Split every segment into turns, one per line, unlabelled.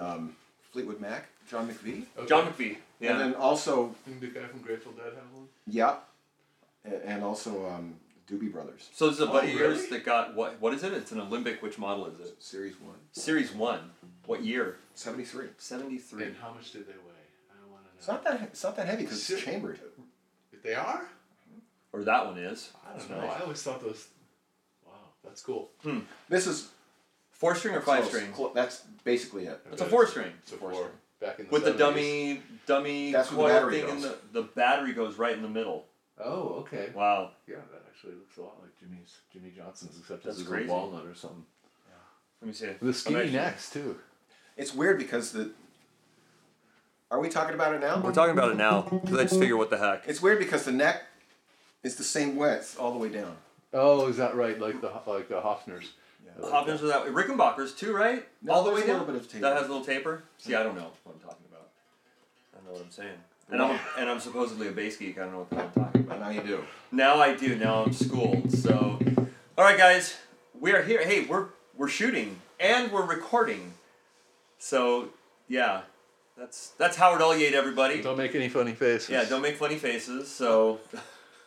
um, Fleetwood Mac, John McVie,
Okay.
John McVie. Yeah.
and then also
Didn't the guy from Grateful Dead have one?
yeah, a- and also um, Doobie Brothers,
so there's a
Oh,
bunch of years
really?
that got what? What is it? It's an Olympic. Which model is it?
Series One,
Series one. What year?
73.
Seventy three.
And how much did they weigh? I don't want to know.
It's not that it's not that heavy because it's chambered.
If they are?
Or that one is.
I don't
That's
know.
nice.
I always thought those. Wow, that's cool.
This is
Four string or five
close.
string?
Clo- that's basically it.
It's a four string.
It's a
Four
four.
string.
Back in the
With the
70s.
dummy, dummy
That's where the
coil
battery
thing, and
goes.
the, the battery goes right in the middle.
Oh, okay.
Wow.
Yeah, that actually looks a lot like Jimmy's, Jimmy Johnson's, except
That's
this is
crazy.
a walnut or something.
Let me see.
The skinny
Imagine-
necks too.
It's weird because the. Are we talking about it now?
We're talking about it now because I just figure what the heck.
It's weird because the neck is the same width all the way down.
Oh, is that right? Like the like the Hoffners.
Yeah.
Hobners without Rickenbackers too, right?
No,
All the way
there's a
down.
little bit of taper.
That has a little taper. See, I don't know what I'm talking about. I don't know what I'm saying. And I'm and I'm supposedly a bass geek. I don't know what the hell I'm talking about.
And now you do.
Now I do. Now I'm schooled. So, all right, guys, we are here. Hey, we're we're shooting and we're recording. So, yeah, that's that's Howard Elliott, everybody.
Don't make any funny faces.
Yeah, don't make funny faces. So,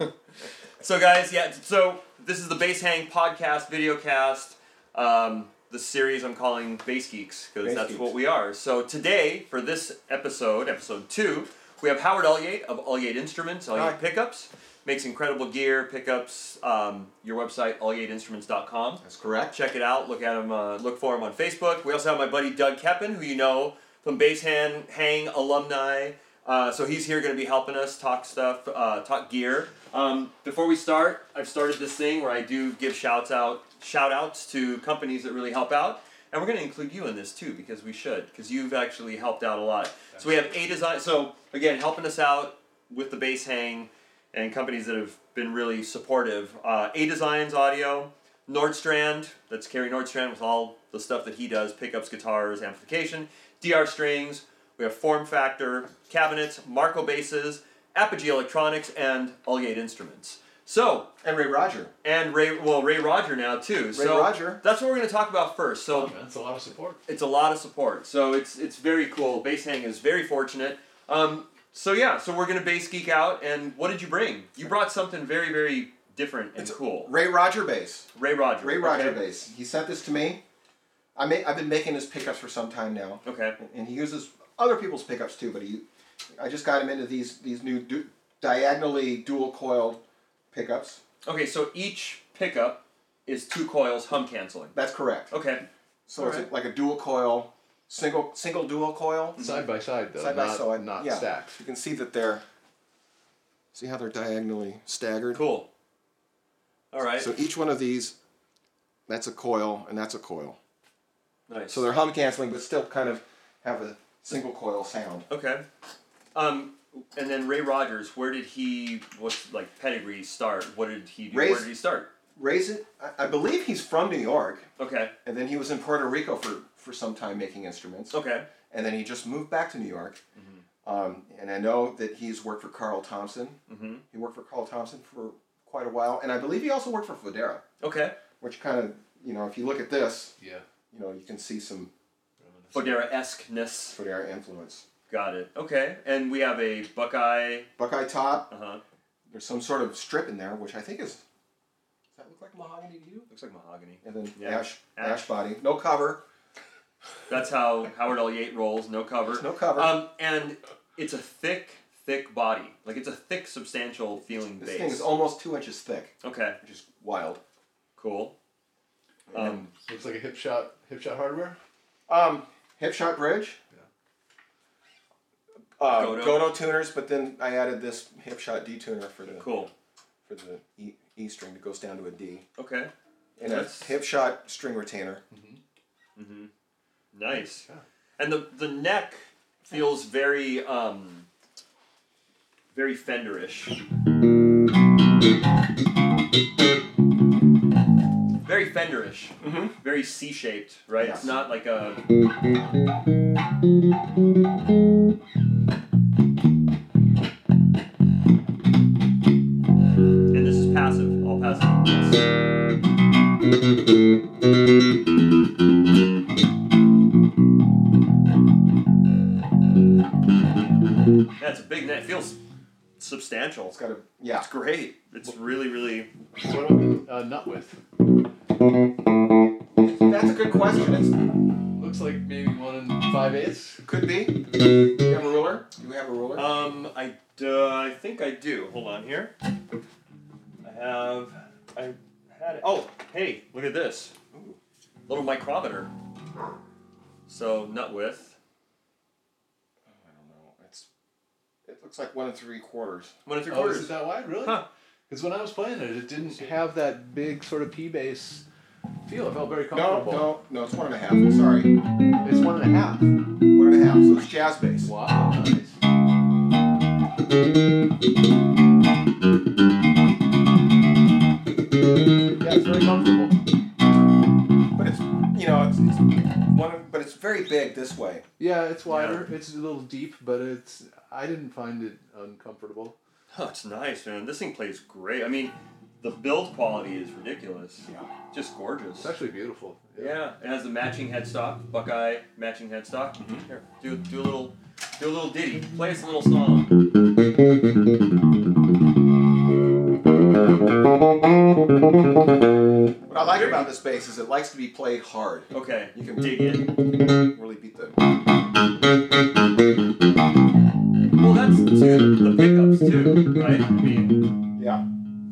so guys, yeah. So this is the Bass Hang podcast, video cast, um, the series I'm calling Bass Geeks because
Bass
that's
Geeks.
what we are. So today for this episode, episode two, we have Howard Elliott of Elliott Instruments, Elliott
Hi.
Pickups, makes incredible gear pickups. Um, your website, elliotinstruments.com
That's correct.
check it out. Look at him. Uh, look for him on Facebook. We also have my buddy Doug Keppen, who you know from Base Hand Hang alumni. Uh, so he's here going to be helping us talk stuff, uh, talk gear. Um, before we start, I've started this thing where I do give shouts out, shout outs to companies that really help out. And we're going to include you in this too because we should because you've actually helped out a lot. So we have a design. So again, helping us out with the Base Hang and companies that have been really supportive. Uh, a Designs Audio, Nordstrand, that's Kerry Nordstrand with all the stuff that he does pickups, guitars, amplification, DR Strings. We have Form Factor, Cabinets, Marco Basses, Apogee Electronics, and Allgate Instruments. So,
And Ray Roger.
and Ray, well, Ray Roger now too. so
Roger.
That's what we're going to talk about first. So,
Oh, man, that's a lot of support.
it's a lot of support. So it's it's very cool. Base Hang is very fortunate. Um, so yeah, so we're gonna base geek out. And what did you bring? You brought something very very different and cool.
Ray Roger bass.
Ray Roger.
Ray Roger
okay.
bass. He sent this to me. I ma- I've been making his pickups for some time now,
Okay.
and he uses other people's pickups too. But he, I just got him into these these new du- diagonally dual coiled pickups.
Okay. So each pickup is two coils hum canceling.
That's correct.
Okay.
So it's like a dual coil, single single dual coil.
Side by side though.
side
not,
by side,
Mm-hmm. Not
yeah.
stacked.
You can see that they're. See how they're diagonally staggered.
Cool. All right.
So e- each one of these, that's a coil and that's a coil.
nice.
So they're hum canceling, but still kind of have a single coil sound.
okay. Um, and then Ray Rogers, where did he? What's like pedigree start? What did he do?
Ray's-
where did he start?
Raise it. I, I believe he's from New York,
Okay.
and then he was in Puerto Rico for for some time making instruments,
Okay.
and then he just moved back to New York. Um, and I know that he's worked for Carl Thompson.
Mm-hmm.
He worked for Carl Thompson for quite a while, and I believe he also worked for Fodera,
Okay.
which kind of you know if you look at this,
Yeah.
you know you can see some
Fodera esque ness.
Fodera influence.
Got it. Okay. And we have a Buckeye.
Buckeye top.
Uh huh.
There's some sort of strip in there, which I think is. Does that look like mahogany to you?
Looks like mahogany.
and then
Yeah.
ash,
Ash.
ash body, no cover.
That's how Howard L. Yate rolls. No cover.
There's no cover.
Um, and it's a thick, thick body. Like it's a thick, substantial feeling
This
base.
thing is almost two inches thick,
okay.
which is wild.
Cool. Um,
Looks like a hip shot. Hip shot hardware.
Um, hip shot bridge. Uh,
Goto.
Godo. tuners, but then I added this hip shot D tuner for the
cool.
for the E, e string that goes down to a D,
Okay.
and a
That's-
hip shot string retainer.
Nice.
Yeah.
And the the neck feels very um, very Fenderish. Very Fenderish.
Mhm.
Very C shaped, right?
Yes.
It's not like a. And this is passive, all passive. substantial.
It's got a yeah.
It's great. It's really, really.
What do we uh, nut with?
That's a good question. It's
Looks like maybe one and five eighths.
could be. Do you have a ruler? Do we have a ruler?
Um, I, uh, I think I do. Hold on here. I have. I had. It. Oh, hey, look at this. Ooh, little micrometer. So nut width.
I don't know. It's it looks like one and three quarters.
One and three
Oh, is
quarters.
it that wide? Really?
Huh.
Because when I was playing it, it didn't have that big sort of P bass feel. It felt very
No,
comfortable.
no, no. It's one and a half. Sorry,
It's one and a half.
one and a half. So it's jazz bass.
Wow. Nice. Yeah, it's very comfortable.
But it's you know it's, it's one. of- But it's very big this way.
Yeah, it's wider. It's a little deep, but it's. I didn't find it uncomfortable.
Oh, it's nice, man. This thing plays great. I mean, the build quality is ridiculous.
Yeah.
Just gorgeous.
It's actually beautiful.
Yeah, it has the matching headstock, Buckeye matching headstock. Here, do do a little, do a little ditty. Play us a little song.
What I like about this bass is it likes to be played hard.
Okay, you can dig in.
Really beat the.
Well, that's too, the pickups too, right? I mean,
Yeah.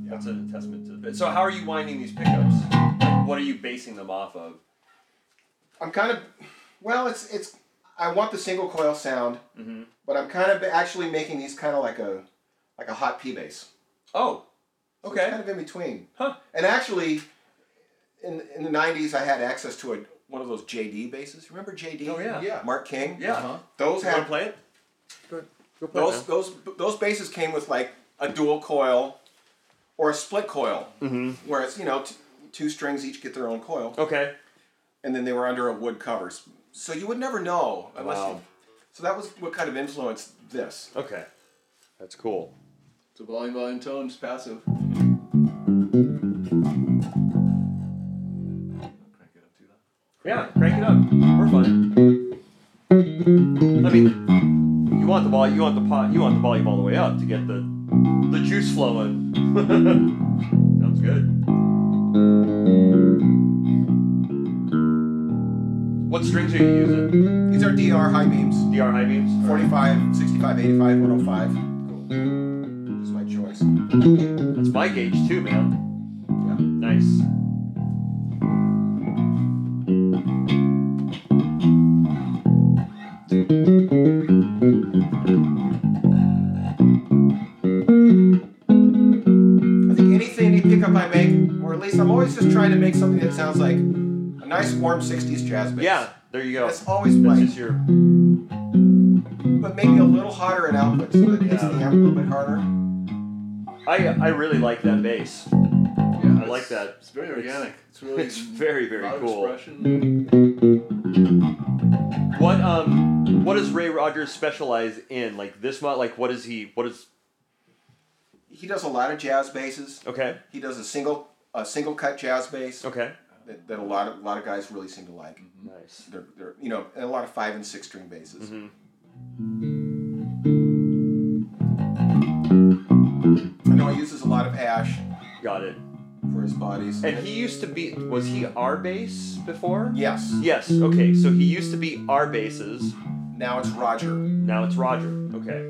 that's a testament to. So, how are you winding these pickups? Like, what are you basing them off of?
I'm kind of, well, it's it's. I want the single coil sound,
Mhm.
but I'm kind of actually making these kind of like a, like a hot P bass.
Oh,
So
okay.
It's kind of in between.
Huh.
And actually, in in the '90s, I had access to a one of those JD basses. Remember JD?
Oh, yeah.
Yeah.
Mark King.
yeah.
Uh-huh.
Those
You want to
had
play it?
those those those basses came with like a dual coil, or a split coil, mm-hmm. where it's you know t- two strings each get their own coil.
Okay.
and then they were under a wood cover. S- So you would never know unless
Wow.
you. So that was what kind of influenced this.
Okay. That's cool.
It's a volume, volume, tones, passive. Crank it up to that.
Yeah, crank it up. We're fine. I mean, you want the ball, you want the pot, you want the volume all the way up to get the the juice flowing. Sounds good. What strings are you using?
These are DR high beams
DR high beams.
45, 65, 85, 105. Cool. This is my choice.
That's my gauge too, man.
Yeah.
Nice.
I think anything, any pickup I make, or at least I'm always just trying to make something that sounds like a nice warm 60s jazz bass.
Yeah, there you go.
That's always my,
That's just your
but maybe a little hotter in output so that it hits
Yeah.
the amp a little bit harder.
I I really like that bass.
Yeah,
I like
it's-
that.
It's very organic. It's, really
It's very, very
loud
cool.
Expression.
What um what does Ray Rogers specialize in? Like this month like what is he what is
He does a lot of jazz basses.
okay.
He does a single a single cut jazz bass
Okay.
that, that a lot of a lot of guys really seem to like.
Mm-hmm. Nice.
they're, they're you know and a lot of five and six string basses. I know he uses a lot of ash
Got it.
for his bodies.
And he used to be was he our bass before?
yes,
Yes, okay. So he used to be our basses.
now it's Roger.
Now it's Roger. Okay.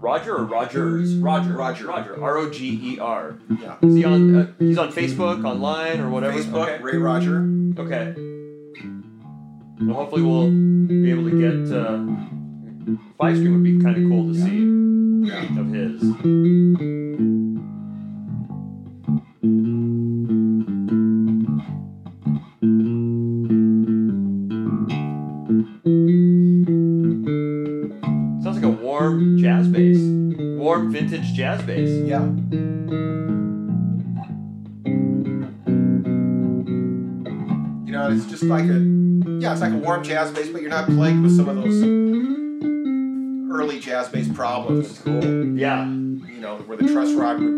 Roger or Rogers? Roger.
Roger.
Roger. R O G E R.
Yeah.
Is he on uh, he's on Facebook, online or whatever?
Facebook,
Okay.
Ray Roger.
Okay. Well, hopefully we'll be able to get uh, live stream would be kind of cool to see
Yeah.
of his. Sounds like a warm jazz bass, warm vintage jazz bass.
Yeah. You know, it's just like a yeah, it's like a warm jazz bass, but you're not plagued with some of those early jazz bass problems.
Cool. Yeah.
you know, where the truss rod would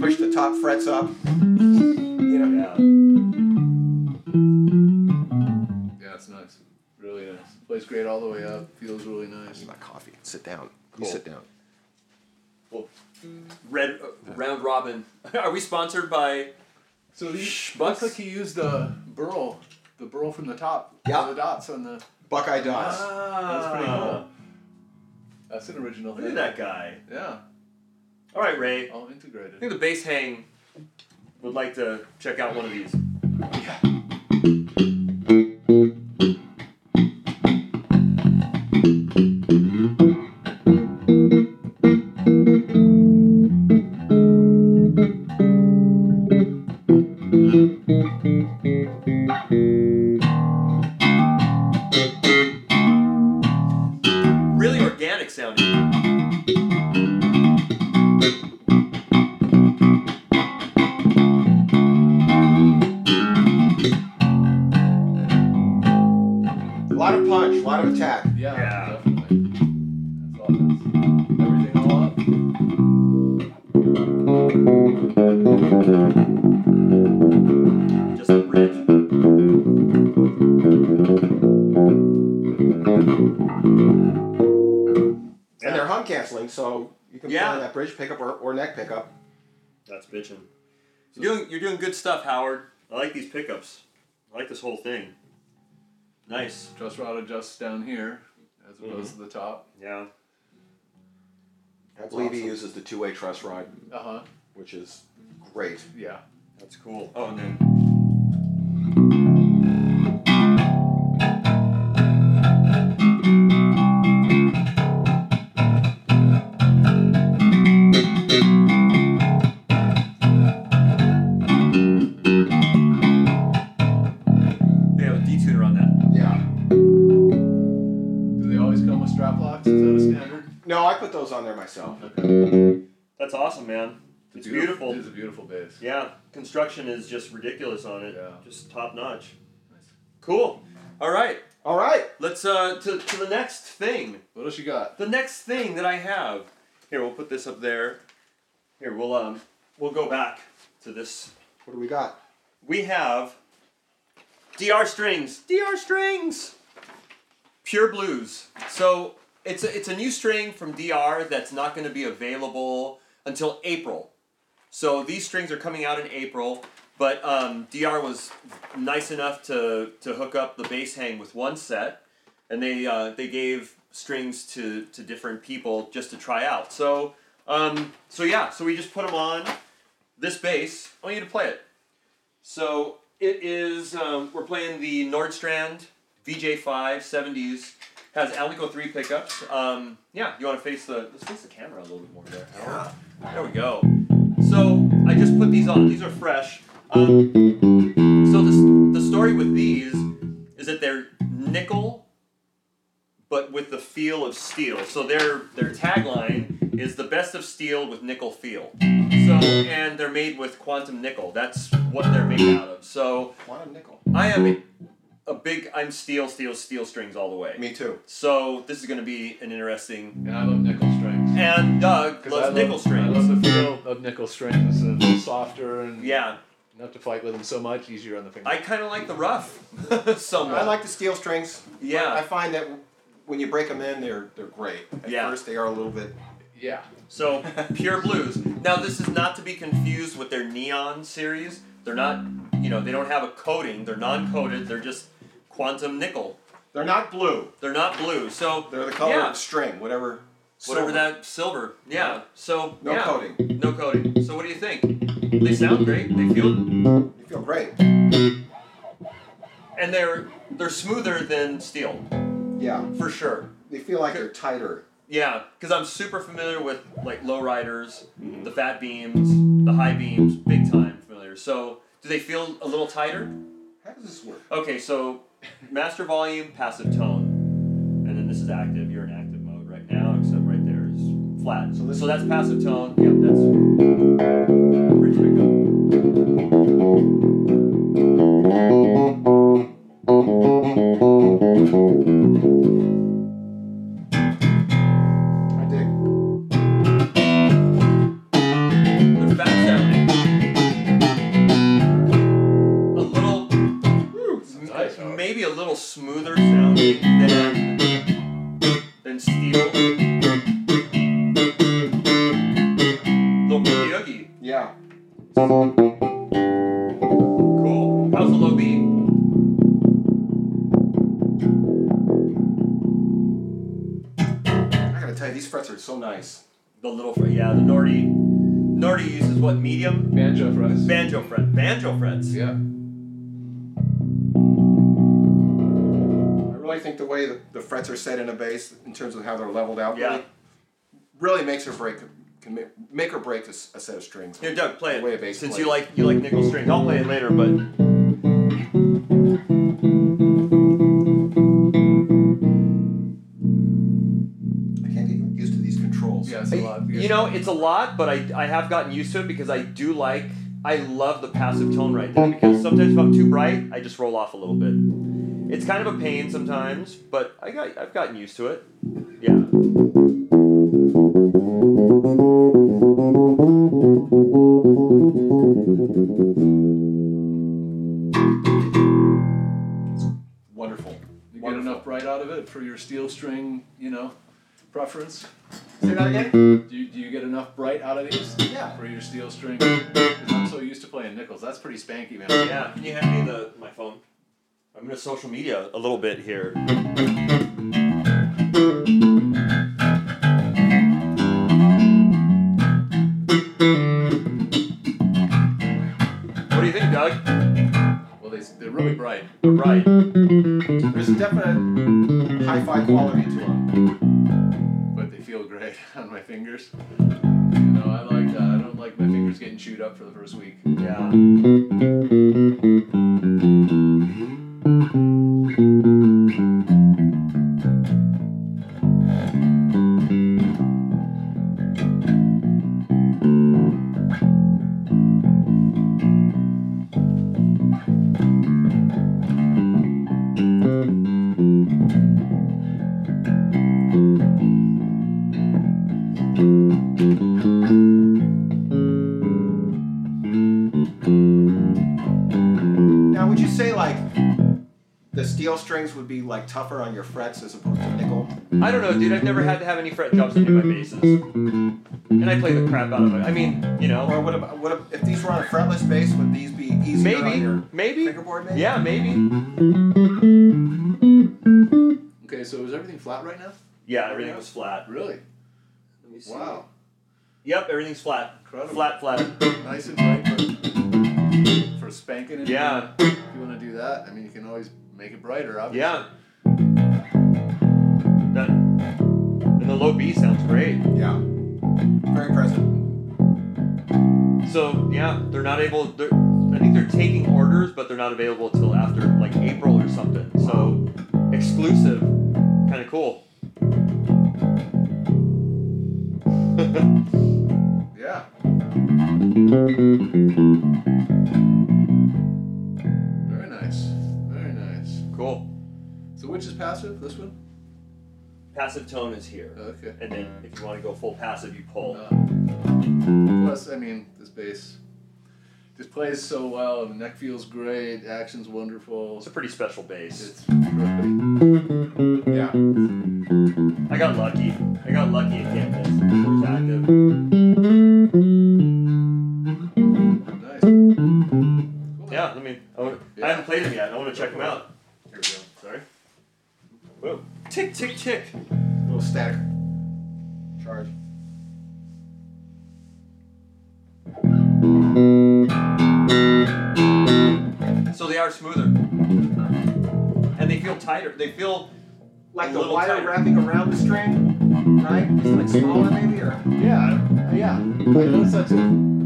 push the top frets up. You know,
Yeah.
Yeah, it's nice. Really nice. Plays great all the way up. Feels really nice.
my coffee. Sit down.
Cool.
You sit down.
Well, red uh, round robin. Are we sponsored by?
So
Shh,
he
Bucks.
looks like he used the burl, the burl from the top,
Yeah.
all the dots on the.
Buckeye Dots.
That's pretty cool.
Ah,
That's an original
Look
thing.
at that guy.
Yeah,
All right, Ray. I
all integrated.
think the bass hang would like to check out one of these. Really organic sounding.
A lot of punch, a lot of attack.
Yeah,
Yeah.
definitely. That's all that's everything all up.
Just the bridge.
And they're hum canceling, so you can
Yeah.
play that bridge pickup or, or neck pickup.
That's bitching. You're doing, you're doing good stuff, Howard. I like these pickups. I like this whole thing. Nice.
Just route adjusts down here as opposed
Mm-hmm.
to the top.
Yeah.
I believe he
awesome.
uses the two way truss rod,
Uh huh.
which is great.
Yeah.
That's cool. Oh, and then. They have a detuner on that.
Yeah.
Do they always come with strap locks? Is that a standard?
No, I put those on there myself.
That's awesome, man. It's
beautiful-
beautiful.
It is a beautiful bass.
Yeah, construction is just ridiculous on it.
Yeah.
Just top notch.
Nice.
Cool. All right.
All right.
Let's uh to, to the next thing.
What else you got?
The next thing that I have. Here, we'll put this up there. Here, we'll um we'll go back to this.
What do we got?
We have DR strings. DR strings. Pure blues. So it's a, it's a new string from DR that's not going to be available until April. So these strings are coming out in April, but um, DR was nice enough to, to hook up the bass hang with one set, and they uh, they gave strings to, to different people just to try out. So um, so yeah, so we just put them on this bass. I want you to play it. So it is um, we're playing the Nordstrand VJ5 70s. Has Alico three pickups. Um, yeah, you want to face the let's face the camera a little bit more there. Howard. There we go. So I just put these on. These are fresh. Um, so the, the story with these is that they're nickel, but with the feel of steel. So their their tagline is the best of steel with nickel feel. So and they're made with quantum nickel. That's what they're made out of. So
Quantum nickel.
I am a, a big I'm steel steel steel strings all the way.
Me too.
So this is going to be an interesting.
And I love nickel strings.
And Doug
'Cause
loves
I love-
nickel strings.
I love the feel of nickel strings. And they're softer and
yeah,
not to fight with them so much. Easier on the finger.
I kind of like the rough somewhat.
I like the steel strings. I
yeah.
find that when you break them in, they're they're great. At
Yeah.
first, they are a little bit.
yeah.
So pure blues. Now this is not to be confused with their neon series. They're not, you know, they don't have a coating. They're non-coated. They're just quantum nickel.
They're not blue.
They're not blue. So
They're the color
Yeah.
of string, whatever.
whatever
silver.
that silver. Yeah. So
No
yeah.
coating.
No coating. So what do you think? They sound great. They feel
You feel great.
and they're they're smoother than steel
Yeah.
for sure.
They feel like they're tighter.
Yeah, because I'm super familiar with like lowriders, the fat beams, the high beams, big time familiar. So do they feel a little tighter?
How does this work?
Okay, so master volume, passive tone, and then this is active. You're in active mode right now, except right there is flat. So,
So this-
so that's passive tone. Yep, that's bridge pickup.
I dig.
They're fat sounding. A little,
nice, Howard.
maybe a little smoother sounding than than steel. Cool. How's the low B?
I gotta tell you, these frets are so nice.
The little fret, yeah, the Nordy. Nordy uses what medium?
Banjo for us.
Banjo fret. Banjo frets.
yeah.
I really think the way the, the frets are set in a bass, in terms of how they're leveled out,
Yeah.
really, really makes or break can ma- make or break a, s- a set of strings.
Here, Doug, play
The way a
it.
bass
Since
plays.
you like you like nickel string, I'll play it later. But
I can't get used to these controls.
Yeah, it's a lot.
you know, it's a lot, but I I have gotten used to it because I do like I love the passive tone right there because sometimes if I'm too bright, I just roll off a little bit. It's kind of a pain sometimes, but I got I've gotten used to it. Yeah.
Wonderful.
you get enough bright out of it for your steel string, you know, preference.
Say that again?
Do you, do you get enough bright out of these?
Yeah.
For your steel string? 'Cause I'm so used to playing nickels. That's pretty spanky, man.
Yeah, can you hand me the my phone? I'm gonna social media a little bit here. What do you think, Doug?
Well, they, they're really bright.
All right.
There's a definite hi fi quality to them.
but they feel great on my fingers. You know, I like uh, I don't like my fingers getting chewed up for the first week.
Yeah.
Now, would you say, like, the steel strings would be, like, tougher on your frets as opposed to nickel?
I don't know, dude. I've never had to have any fret jobs under my bases, and I play the crap out of it. I mean, you know,
Or what about, what if, if these were on a fretless bass, would these be easier on
maybe,
your
maybe.
fingerboard, maybe?
Yeah, maybe.
Okay, so is everything flat right now?
Yeah, everything was flat.
Really?
Let me see.
Wow.
Yep, everything's flat.
Incredible.
Flat, flat.
Nice and bright for, for spanking it.
Yeah.
If you want to do that, I mean, you can always make it brighter. Obviously.
Yeah. That and the low B sounds great.
Yeah. Very present.
So yeah, they're not able. They're, I think they're taking orders, but they're not available till after like April or something. So exclusive, kind of cool.
Yeah. Very nice. Very nice.
Cool.
So which is passive? This one?
Passive tone is here,
Okay.
and then if you want to go full passive, you pull.
Uh, Plus, I mean, this bass just plays so well. The neck feels great. Action's wonderful.
It's a pretty special bass.
It's really
Yeah.
I got lucky. I got lucky at Camden. It was active.
nice. Cool.
Yeah, let me. I, wanna, I haven't played them yet. I want to check them out.
Here we go.
Sorry. Whoa. Tick, tick, tick.
little static charge.
So they are smoother. And they feel tighter. They feel
Like
A
the
little
wire
tighter.
wrapping around the string, right? It's like smaller maybe, or
Yeah, I- yeah. I noticed that too.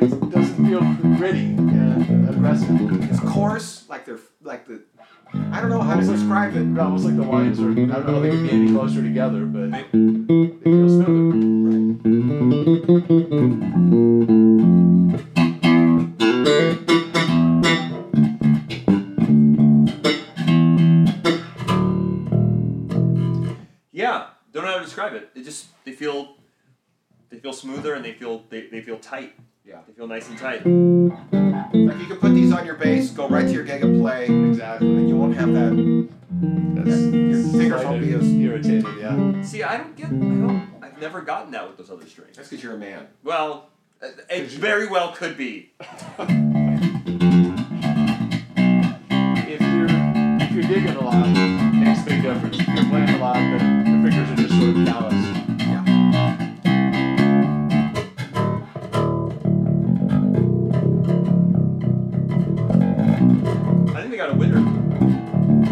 It doesn't feel gritty and aggressive.
it's coarse, like they're like the. I don't know how to describe it.
It almost like the lines are, I don't know if they could be any closer together, but they feel smoother.
Right.
Yeah, don't know how to describe it. They just they feel they feel smoother and they feel they, they feel tight.
Yeah.
They feel nice and tight.
Like you can put these on your bass, go right to your gig and play, and
Exactly.
you won't have that.
That's
Your fingers won't be as.
irritated, yeah.
See, I don't get I don't I've never gotten that with those other strings.
That's because you're a man.
Well, uh, It very well could be.
If you're if you're digging a lot, it makes a big difference. If you're playing a lot, then your fingers are just sort of callous.
Yeah.
I think we got a winner.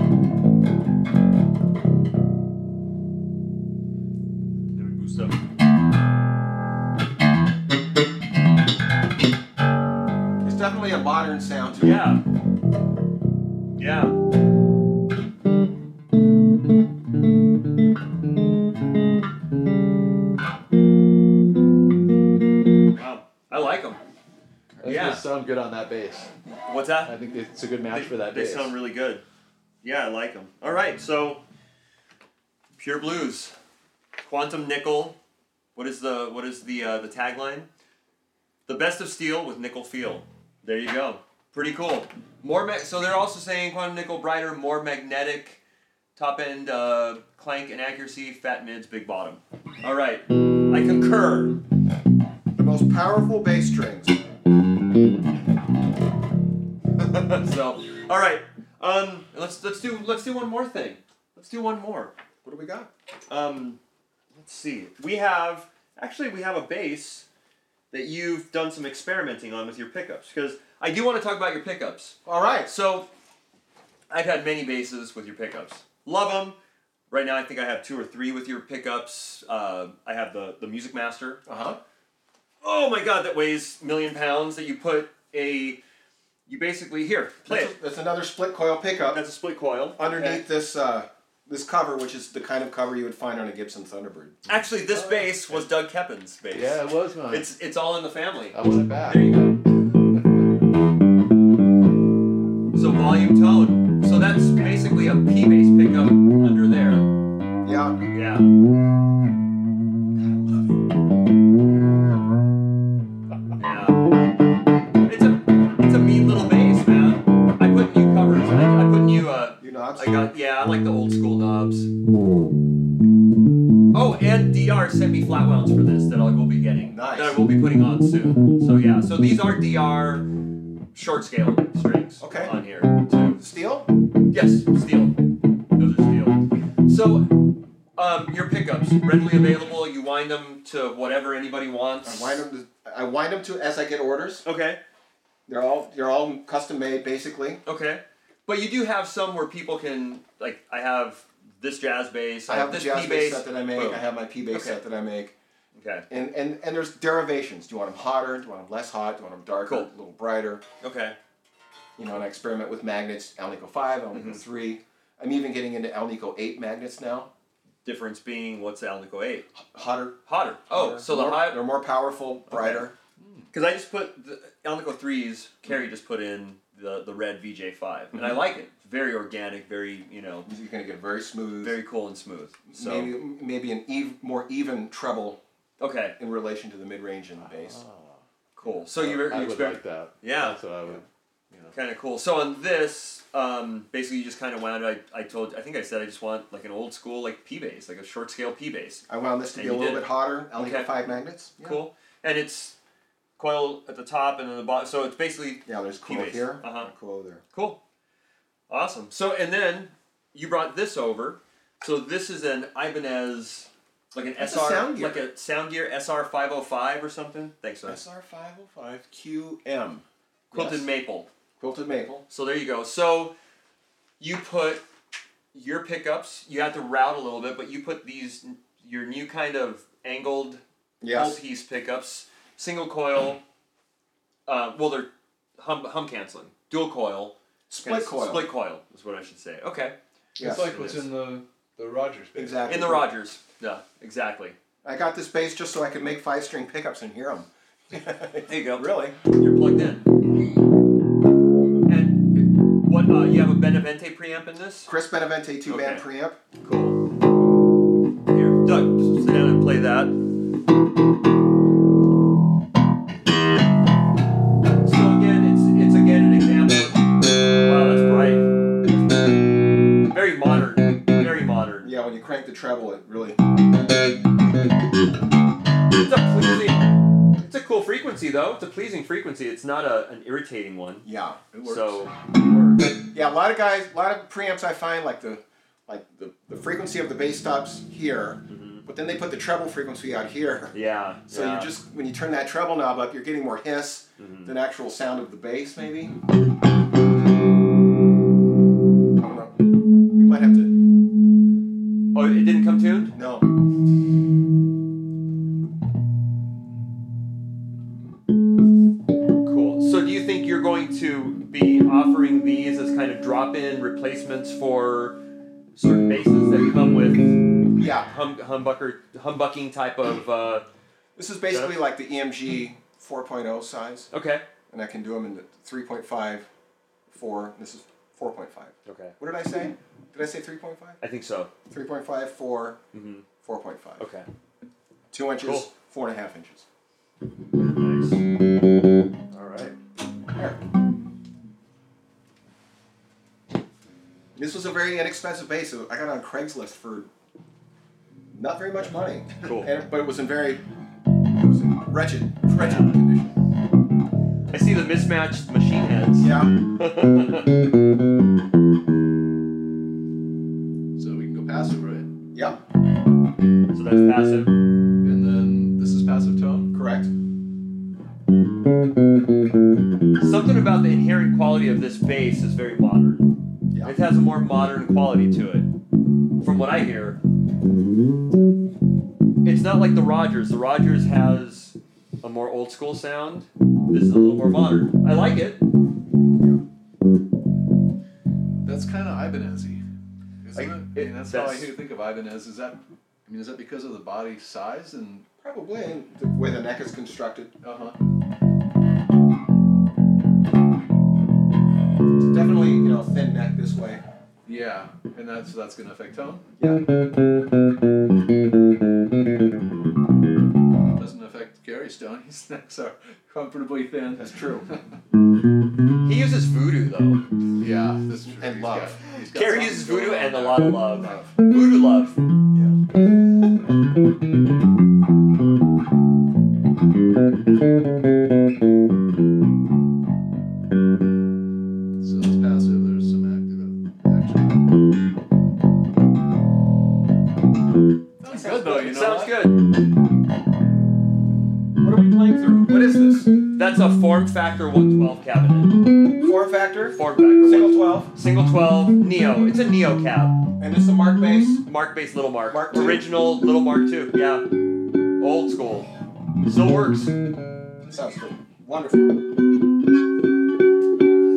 Let me boost up.
It's definitely a modern sound to it.
Yeah. Yeah. Wow. I like them.
I think
Yeah.
They sound good on that bass.
What's
I
that?
think it's a good match
They,
for that
they
bass.
sound really good. Yeah, I like them. All right, so pure blues, quantum nickel. What is the what is the uh, the tagline? The best of steel with nickel feel. There you go. Pretty cool. More ma- so they're also saying quantum nickel brighter, more magnetic, top end uh, clank and accuracy, fat mids, big bottom. All right, I concur.
The most powerful bass strings.
so all right, um, let's let's do let's do one more thing. Let's do one more.
What do we got?
Um, let's see. We have actually we have a bass that you've done some experimenting on with your pickups because I do want to talk about your pickups.
All right.
So I've had many basses with your pickups. Love them. Right now, I think I have two or three with your pickups. Uh, I have the the Music Master.
Uh huh.
Oh my God, that weighs a million pounds. That you put a you basically here play
That's,
it.
a- that's another split coil pickup
That's a split coil
underneath this uh, this cover, which is the kind of cover you would find on a Gibson Thunderbird.
Actually, this bass was Doug Keppen's bass.
Yeah, it was mine.
It's it's all in the family.
I want it back.
There you go. So volume tone. So that's basically a P bass pickup under there.
Yeah.
Yeah. Yeah. It's a it's a mean little bass, man. I put new covers. I, I put new uh.
You knobs.
I got yeah. I like the old school knobs. Oh, and DR sent me flat wounds for this that I will be getting.
Nice.
That I will be putting on soon. So yeah. So these are DR short scale strings.
Okay.
On here too.
Steel?
Yes, steel. Those are steel. So, um, your pickups readily available. You wind them to whatever anybody wants.
I wind them. To, I wind them to as I get orders.
Okay.
They're all they're all custom made basically.
Okay. But you do have some where people can like. I have this jazz bass. I,
I have the
this
jazz
P
bass
bass
set that I make.
Boom.
I have my P bass
Okay.
set that I make.
Okay.
And, and and there's derivations. Do you want them hotter? Do you want them less hot? Do you want them darker?
Cool.
A little brighter?
Okay.
You know, and I experiment with magnets. El Nico five, El
Mm-hmm.
Nico three. I'm even getting into El Nico eight magnets now.
Difference being what's the Alnico eight?
Hotter.
Hotter. Oh,
hotter,
so the
more,
high.
they're more powerful, brighter.
Because I just put the Alnico threes. Carrie just put in the the red VJ 5 and I like it. Very organic. Very you know.
You're gonna get very smooth.
Very cool and smooth. So
maybe maybe an eve, more even treble
okay.
in relation to the mid range in the bass.
Cool. So you
Oh, I
you
would
exper-
like that.
Yeah.
That's what I would.
Kind of cool. So on this, um, basically, you just kind of wound. I, I told. I think I said I just want like an old school like P bass, like a short scale P bass.
I wound this to be
And
a
you
little
did.
bit hotter. El Nico
Okay.
five magnets. Yeah.
Cool. And it's coil at the top and then the bottom. So it's basically
Yeah, there's coil
P-bass.
here,
Uh-huh.
and coil there.
cool. Awesome. So and then you brought this over. So this is an Ibanez, like an
That's a
SR,
sound gear.
like a sound gear SR five hundred five or something. Thanks, man.
SR505QM.
Quilted
Yes.
maple.
Quilted maple.
So there you go. So you put your pickups, you have to route a little bit, but you put these your new kind of angled whole
Yes.
piece pickups, single coil. Uh, well, they're hum, hum canceling, dual coil,
Split coil.
Split coil is what I should say. Okay,
Yes.
It's like
it
what's
is.
in the the Rogers bass.
Exactly.
in the Rogers. Yeah, exactly.
I got this bass just so I could make five string pickups and hear them.
There you go.
really?
You're plugged in. And what? Uh, you have a Benavente preamp in this?
Chris Benavente two band
Okay.
preamp.
Cool. Here, Doug, just sit down and play that. So again, it's it's again an example. Of, wow, that's bright. Very modern. Very modern.
Yeah, when you crank the treble, it really.
It's a pleasing. It's a cool frequency frequency. It's not a, an irritating one.
Yeah.
It works.
So
Yeah, a lot of guys, a lot of preamps I find like the like the, the frequency of the bass stops here, but then they put the treble frequency out here.
yeah.
So
yeah.
you're just when you turn that treble knob up, you're getting more hiss than actual sound of the bass, maybe. I don't know. You might have to.
oh, it didn't come tuned.
No.
Cool. So do you think you're going to be offering these as kind of drop-in replacements for certain bases that come with
Yeah.
hum, humbucker humbucking type of? Uh,
This is basically like the E EMG 4.0 size,
okay.
and I can do them in the 3.5, 4. This is 4.5.
Okay.
What did I say? Did I say 3.5?
I think so.
3.5, 4, 4.5.
Mm-hmm. Okay.
Two inches,
Cool.
four and a half inches.
Nice.
All right.
There. This was a very inexpensive bass. I got it on Craigslist for not very much money.
Cool.
And, but it was in very it was in wretched, wretched condition.
I see the mismatched machine heads.
Yeah.
So we can go passive, right?
Yeah.
So that's passive.
And then this is passive tone.
Correct.
Something about the inherent quality of this bass is very modern.
Yeah.
It has a more modern quality to it, from what I hear. It's not like the Rogers. The Rogers has a more old school sound. This is a little more modern. I like it.
That's kind of Ibanez-y,
I-
isn't it? I
it-
mean, that's, how I
that's-
hear- think of Ibanez. Is that? I mean, is that because of the body size and?
Probably and the way the neck is constructed.
Uh huh.
It's definitely, you know, thin neck this way.
Yeah, and that's that's gonna affect tone.
Yeah.
Doesn't affect Gary's tone. His necks are comfortably thin.
That's true.
He uses voodoo though.
yeah, that's true.
And
He's
love.
got- he's got
Gary
something
uses
going
voodoo
on
and a
there.
lot of love. Voodoo love.
Yeah.
So it's passive. There's some active action. Sounds good
Oh,
though. You know.
Sounds good.
What are we playing through? What is this?
That's a form factor 112 cabinet.
Form factor?
Form factor.
Single
112.
12.
Single 12 Neo. It's a Neo cab.
And this is a mark bass.
Mark based Little Mark.
Mark two.
Original Little Mark 2. Yeah. Old school. Still works.
Sounds cool. Wonderful.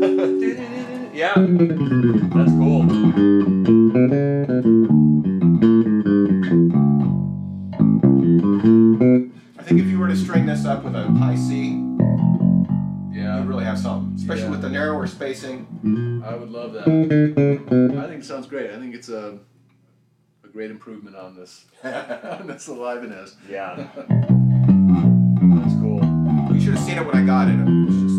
yeah. That's cool.
I think if you were to string this up with a high C,
Yeah,
you really have something, especially
Yeah.
with the narrower spacing.
I would love that. I think it sounds great. I think it's a a great improvement on this on this aliveness.
Yeah. That's cool.
You should have seen it when I got it. It was just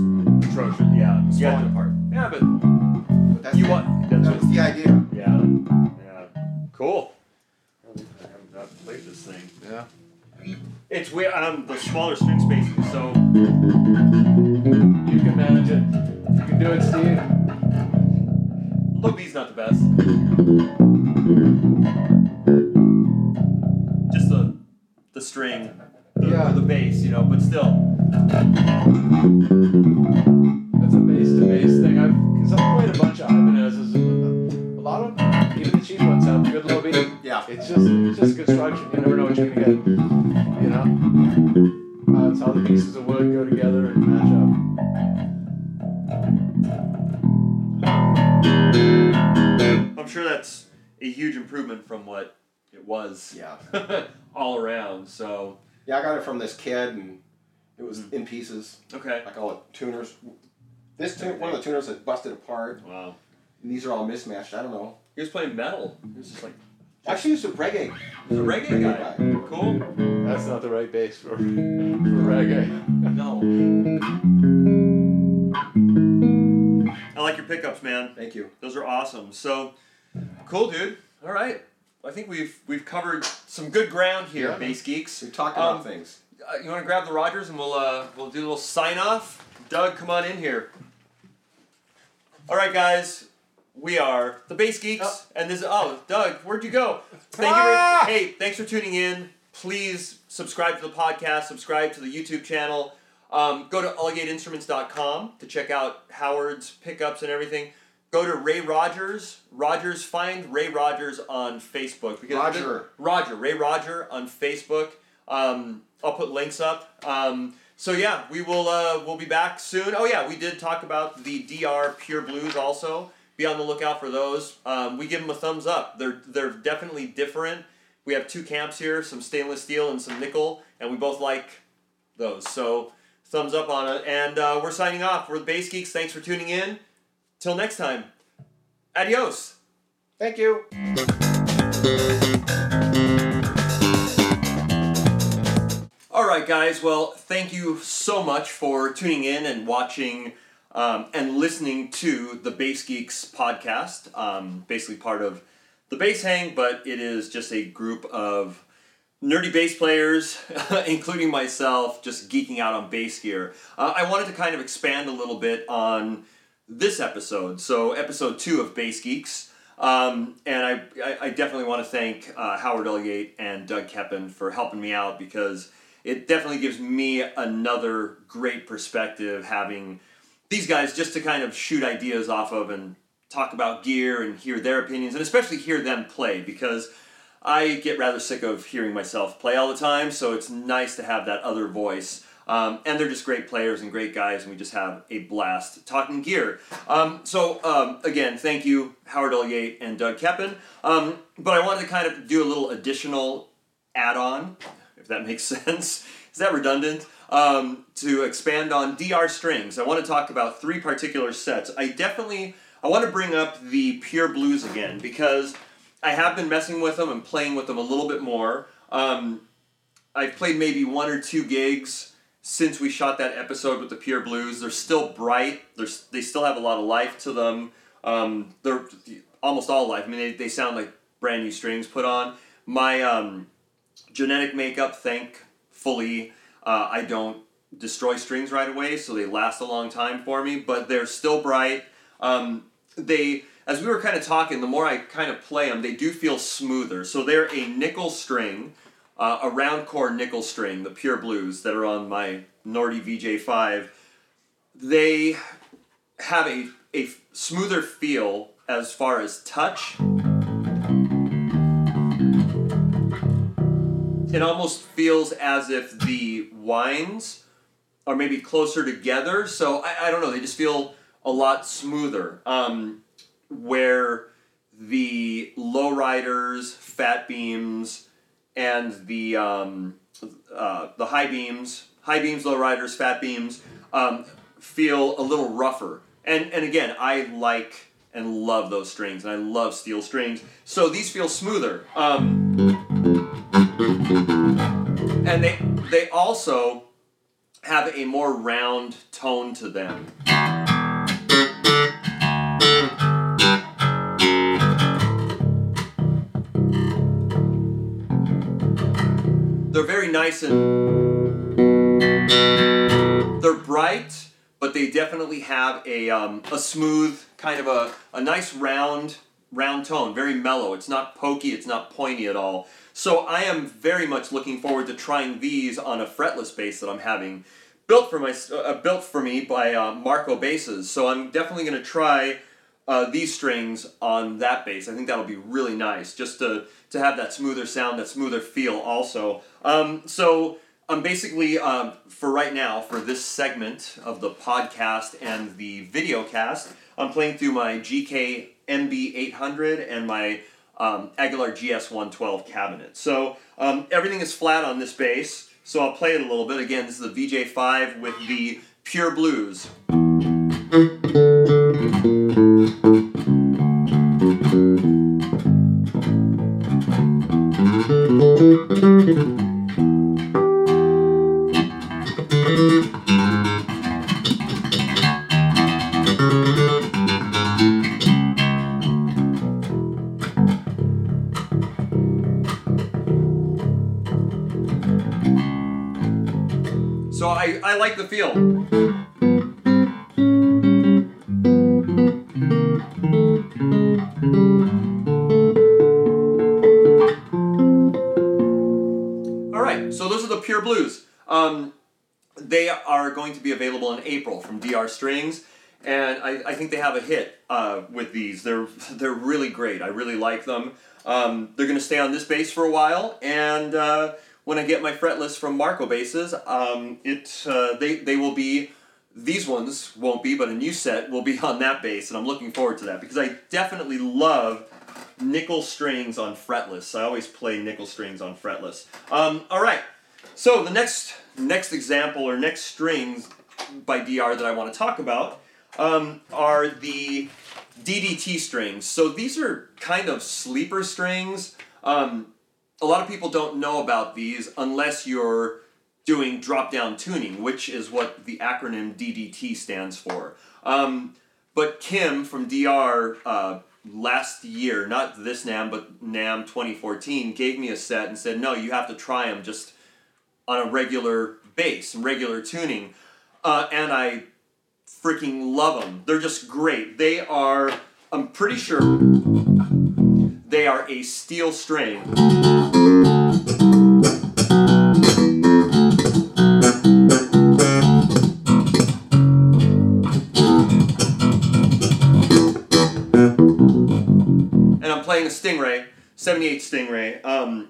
Atrocious. Yeah.
falling
Yeah.
apart.
Yeah, but
But that's
you
it.
want. That's
That was
what,
the idea.
yeah. Yeah. Cool. I have not played this thing.
Yeah.
It's weird. Um, the smaller string spacing,
You
so
can manage it. You can do it, Steve.
low B's not the best. Just the the string, the,
Yeah.
the bass, you know, but still.
That's a bass to bass thing. I've because I've played a bunch of Ibanez's and a lot of them, even the cheap ones have good low beat.
Yeah.
It's just it's just good structure. You never know what you're gonna get. You know? Uh, it's how the pieces of wood go together and match
I'm sure that's a huge improvement from what it was
Yeah.
all around. So
Yeah, I got it from this kid and it was in pieces.
okay.
Like all the tuners. This tune, one of the tuners had busted apart.
Wow.
And these are all mismatched. I don't know.
He was playing metal. He was just like
Actually, it's a reggae.
he's a reggae guy. Cool.
up. That's not the right bass for, for reggae.
No.
I like your pickups, man.
Thank you.
Those are awesome. So cool, dude. All right. I think we've we've covered some good ground here,
Yeah.
bass geeks.
We talked about
Um,
things.
Uh, you want to grab the Rogers and we'll uh, we'll do a little sign off. Doug, come on in here. All right, guys. We are the Bass Geeks, and this is oh, Doug, where'd you go? Thank
Ah!
you. For, hey, thanks for tuning in. Please subscribe to the podcast. Subscribe to the YouTube channel. Um, go to alligateinstruments.com to check out Howard's pickups and everything. Go to Ray Rogers. Rogers find Ray Rogers on Facebook because
Roger.
Roger Ray Roger on Facebook. Um, I'll put links up. Um, so yeah, we will uh, we'll be back soon. Oh yeah, we did talk about the DR Pure Blues also. Be on the lookout for those. Um, we give them a thumbs up. They're they're definitely different. We have two camps here, some stainless steel and some nickel, and we both like those. So thumbs up on it. And uh, we're signing off. We're the Bass Geeks. Thanks for tuning in. Till next time. Adios.
Thank you.
All right, guys. Well, thank you so much for tuning in and watching um, and listening to the Bass Geeks podcast. Um, basically, part of the Bass Hang, but it is just a group of nerdy bass players, including myself, just geeking out on bass gear. Uh, I wanted to kind of expand a little bit on this episode, so episode two of Bass Geeks. Um, and I, I, I definitely want to thank uh, Howard Elliott and Doug Keppen for helping me out because it definitely gives me another great perspective having these guys just to kind of shoot ideas off of and talk about gear and hear their opinions and especially hear them play because I get rather sick of hearing myself play all the time, so it's nice to have that other voice. Um, and they're just great players and great guys, and we just have a blast talking gear. Um, so, um, again, thank you, Howard Elliott and Doug Keppen. Um, but I wanted to kind of do a little additional add on, if that makes sense. Is that redundant? Um, to expand on DR strings, I want to talk about three particular sets. I definitely I want to bring up the pure blues again because I have been messing with them and playing with them a little bit more. Um, I've played maybe one or two gigs since we shot that episode with the Pure Blues. They're still bright. They're, s- they still have a lot of life to them. Um, they're almost all life. I mean, they, they sound like brand new strings put on. My um, genetic makeup, thankfully, uh, I don't destroy strings right away, so they last a long time for me. But they're still bright. Um, they, as we were kind of talking, the more I kind of play them, they do feel smoother. So they're a nickel string, uh, a round core nickel string, the pure blues that are on my Nordy VJ5. They have a, a smoother feel as far as touch. It almost feels as if the winds are maybe closer together. So I, I don't know. They just feel a lot smoother. Um, where the lowriders, fat beams, and the um, uh, the high beams, high beams, lowriders, fat beams, um, feel a little rougher. And and again, I like and love those strings, and I love steel strings. So these feel smoother. Um, and they they also have a more round tone to them. They're very nice and they're bright, but they definitely have a, um, a smooth kind of a, a nice round round tone, very mellow. It's not pokey, it's not pointy at all. So I am very much looking forward to trying these on a fretless bass that I'm having built for my uh, built for me by uh, Marco Basses. So I'm definitely going to try uh, these strings on that bass. I think that'll be really nice, just to to have that smoother sound, that smoother feel. Also, um, so I'm basically um, for right now for this segment of the podcast and the video cast, I'm playing through my GK MB800 and my um, Aguilar GS112 cabinet. So um, everything is flat on this bass. So I'll play it a little bit. Again, this is the VJ5 with the Pure Blues. So I, I like the feel. Um, going to be available in April from DR Strings, and I, I think they have a hit uh, with these. They're they're really great. I really like them. Um, they're going to stay on this bass for a while, and uh, when I get my fretless from Marco Basses, um, it uh, they they will be. These ones won't be, but a new set will be on that bass, and I'm looking forward to that because I definitely love nickel strings on fretless. I always play nickel strings on fretless. Um, all right. So the next next example or next strings by DR that I want to talk about um, are the DDT strings. So these are kind of sleeper strings. Um, a lot of people don't know about these unless you're doing drop down tuning, which is what the acronym DDT stands for. Um, but Kim from DR uh, last year, not this NAM, but NAM 2014, gave me a set and said, no, you have to try them just on a regular bass and regular tuning. Uh, and I freaking love them. They're just great. They are, I'm pretty sure, they are a steel string. and I'm playing a Stingray, 78 Stingray, um,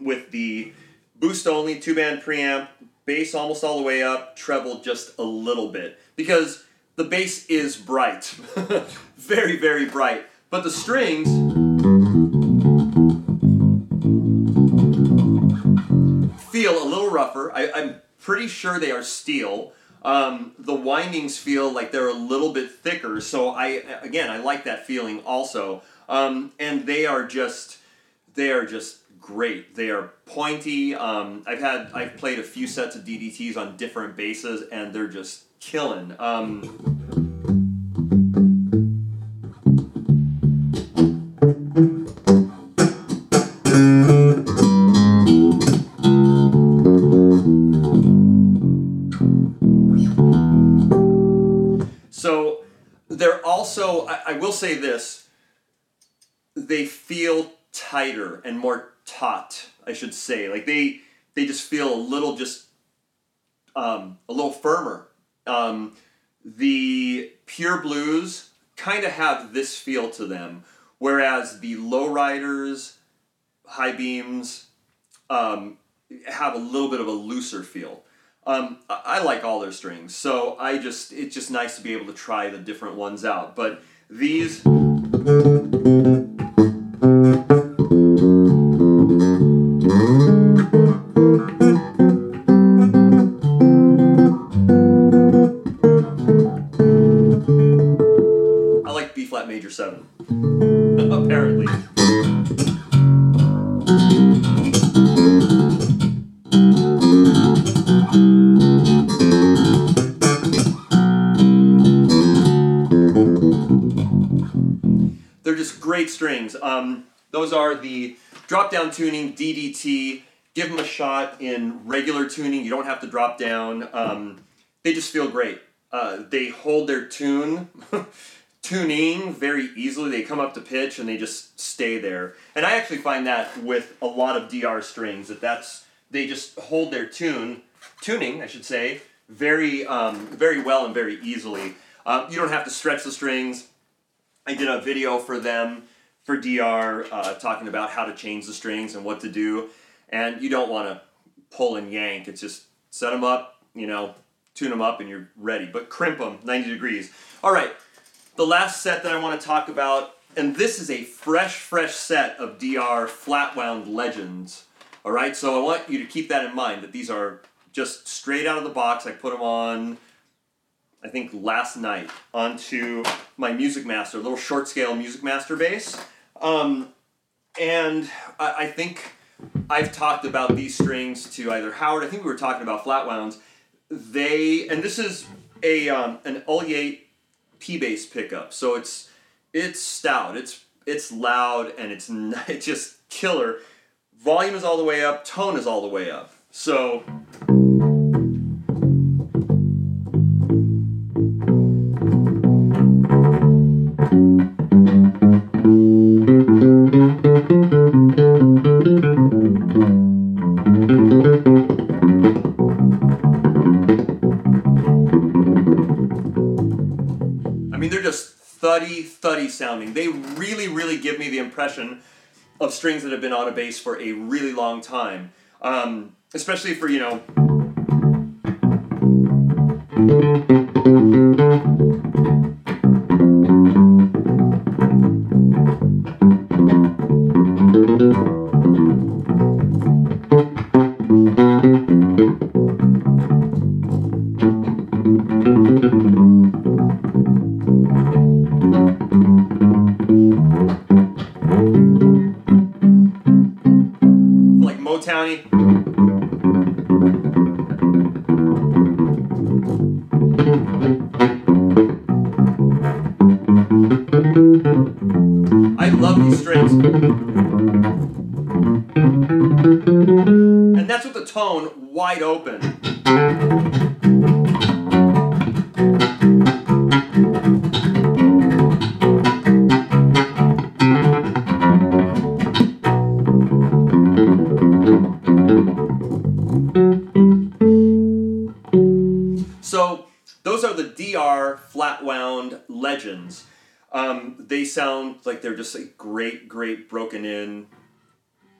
with the boost only two band preamp, bass almost all the way up, treble just a little bit. Because the bass is bright, very, very bright. But the strings. feel a little rougher. I, I'm pretty sure they are steel. Um, the windings feel like they're a little bit thicker, so I again I like that feeling also. Um, and they are just they are just great. They are pointy. Um, I've had I've played a few sets of DDTs on different bases, and they're just killing. Um, so they're also I, I will say this they feel tighter and more taut i should say like they they just feel a little just um, a little firmer um, the pure blues kind of have this feel to them whereas the lowriders high beams um, have a little bit of a looser feel um, I, I like all their strings so i just it's just nice to be able to try the different ones out but these I like B flat major seven. Apparently. They're just great strings. Um, those are the drop down tuning DDT. Give them a shot in regular tuning. You don't have to drop down. Um, they just feel great. Uh, they hold their tune, tuning very easily. They come up to pitch and they just stay there. And I actually find that with a lot of DR strings that that's they just hold their tune, tuning, I should say, very, um, very well and very easily. Uh, you don't have to stretch the strings. I did a video for them for DR uh, talking about how to change the strings and what to do. And you don't want to pull and yank. It's just set them up, you know, tune them up, and you're ready. But crimp them 90 degrees. All right, the last set that I want to talk about, and this is a fresh, fresh set of DR flat wound legends. All right, so I want you to keep that in mind that these are just straight out of the box. I put them on I think last night onto my Music Master, little short scale Music Master bass. Um, and I, I think I've talked about these strings to either Howard, I think we were talking about flat wounds. They, and this is a um, an Ulyate P bass pickup, so it's it's stout, it's it's loud, and it's, n- it's just killer. Volume is all the way up, tone is all the way up. So mean, they're just thuddy, thuddy sounding. They really, really give me the impression of strings that have been on a bass for a really long time. Um, especially for, you know, like Motowny. I love these strings. And that's with the tone wide open. So those are the DR flat wound legends. Um, they sound like they're just a great, great broken in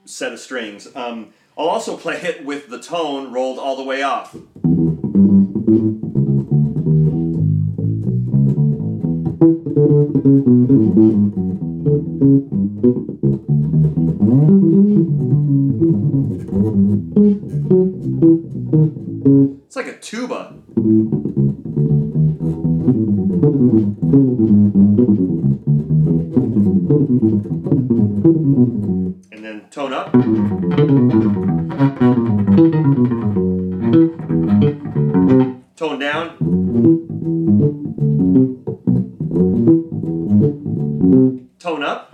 set of strings. Um, I'll also play it with the tone rolled all the way off. It's like a tuba. And then tone up. Tone down. Tone up.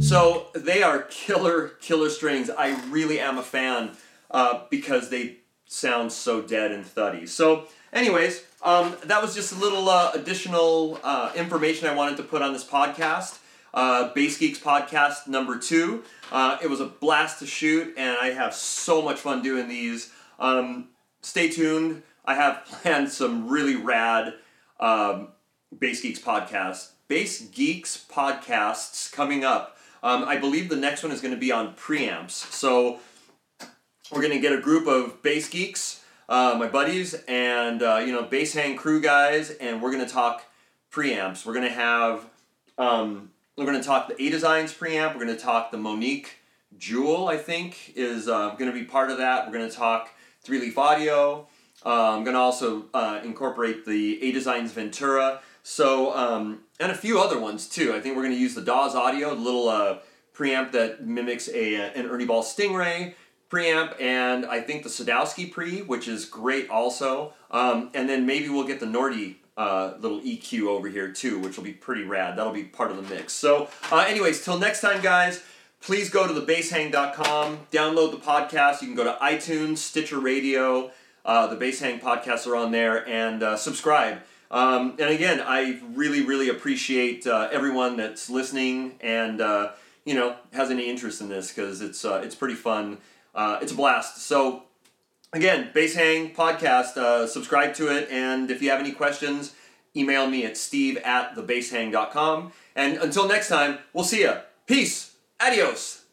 So they are killer, killer strings. I really am a fan uh, because they sound so dead and thuddy. So, anyways, um, that was just a little uh, additional uh, information I wanted to put on this podcast. Uh, Bass Geeks podcast number two. Uh, it was a blast to shoot, and I have so much fun doing these. Um, stay tuned. I have planned some really rad um, Base Geeks podcast. Base Geeks podcasts coming up. Um, I believe the next one is going to be on preamps. So we're going to get a group of bass geeks, uh, my buddies, and uh, you know bass hang crew guys, and we're going to talk preamps. We're going to have um, we're going to talk the A Designs preamp. We're going to talk the Monique Jewel. I think is uh, going to be part of that. We're going to talk Three Leaf Audio. Uh, I'm going to also uh, incorporate the A Designs Ventura. So, um, and a few other ones too. I think we're going to use the Dawes Audio, the little uh, preamp that mimics a, uh, an Ernie Ball Stingray preamp, and I think the Sadowski pre, which is great also. Um, and then maybe we'll get the Nordy uh, little EQ over here too, which will be pretty rad. That'll be part of the mix. So, uh, anyways, till next time, guys. Please go to thebasehang.com, download the podcast. You can go to iTunes, Stitcher Radio. Uh, the Bass Hang podcasts are on there, and uh, subscribe. Um, and again, I really, really appreciate uh, everyone that's listening and uh, you know has any interest in this because it's uh, it's pretty fun. Uh, it's a blast. So again, Bass Hang podcast. Uh, subscribe to it, and if you have any questions, email me at steve at thebasehang.com. And until next time, we'll see ya. Peace. Adios.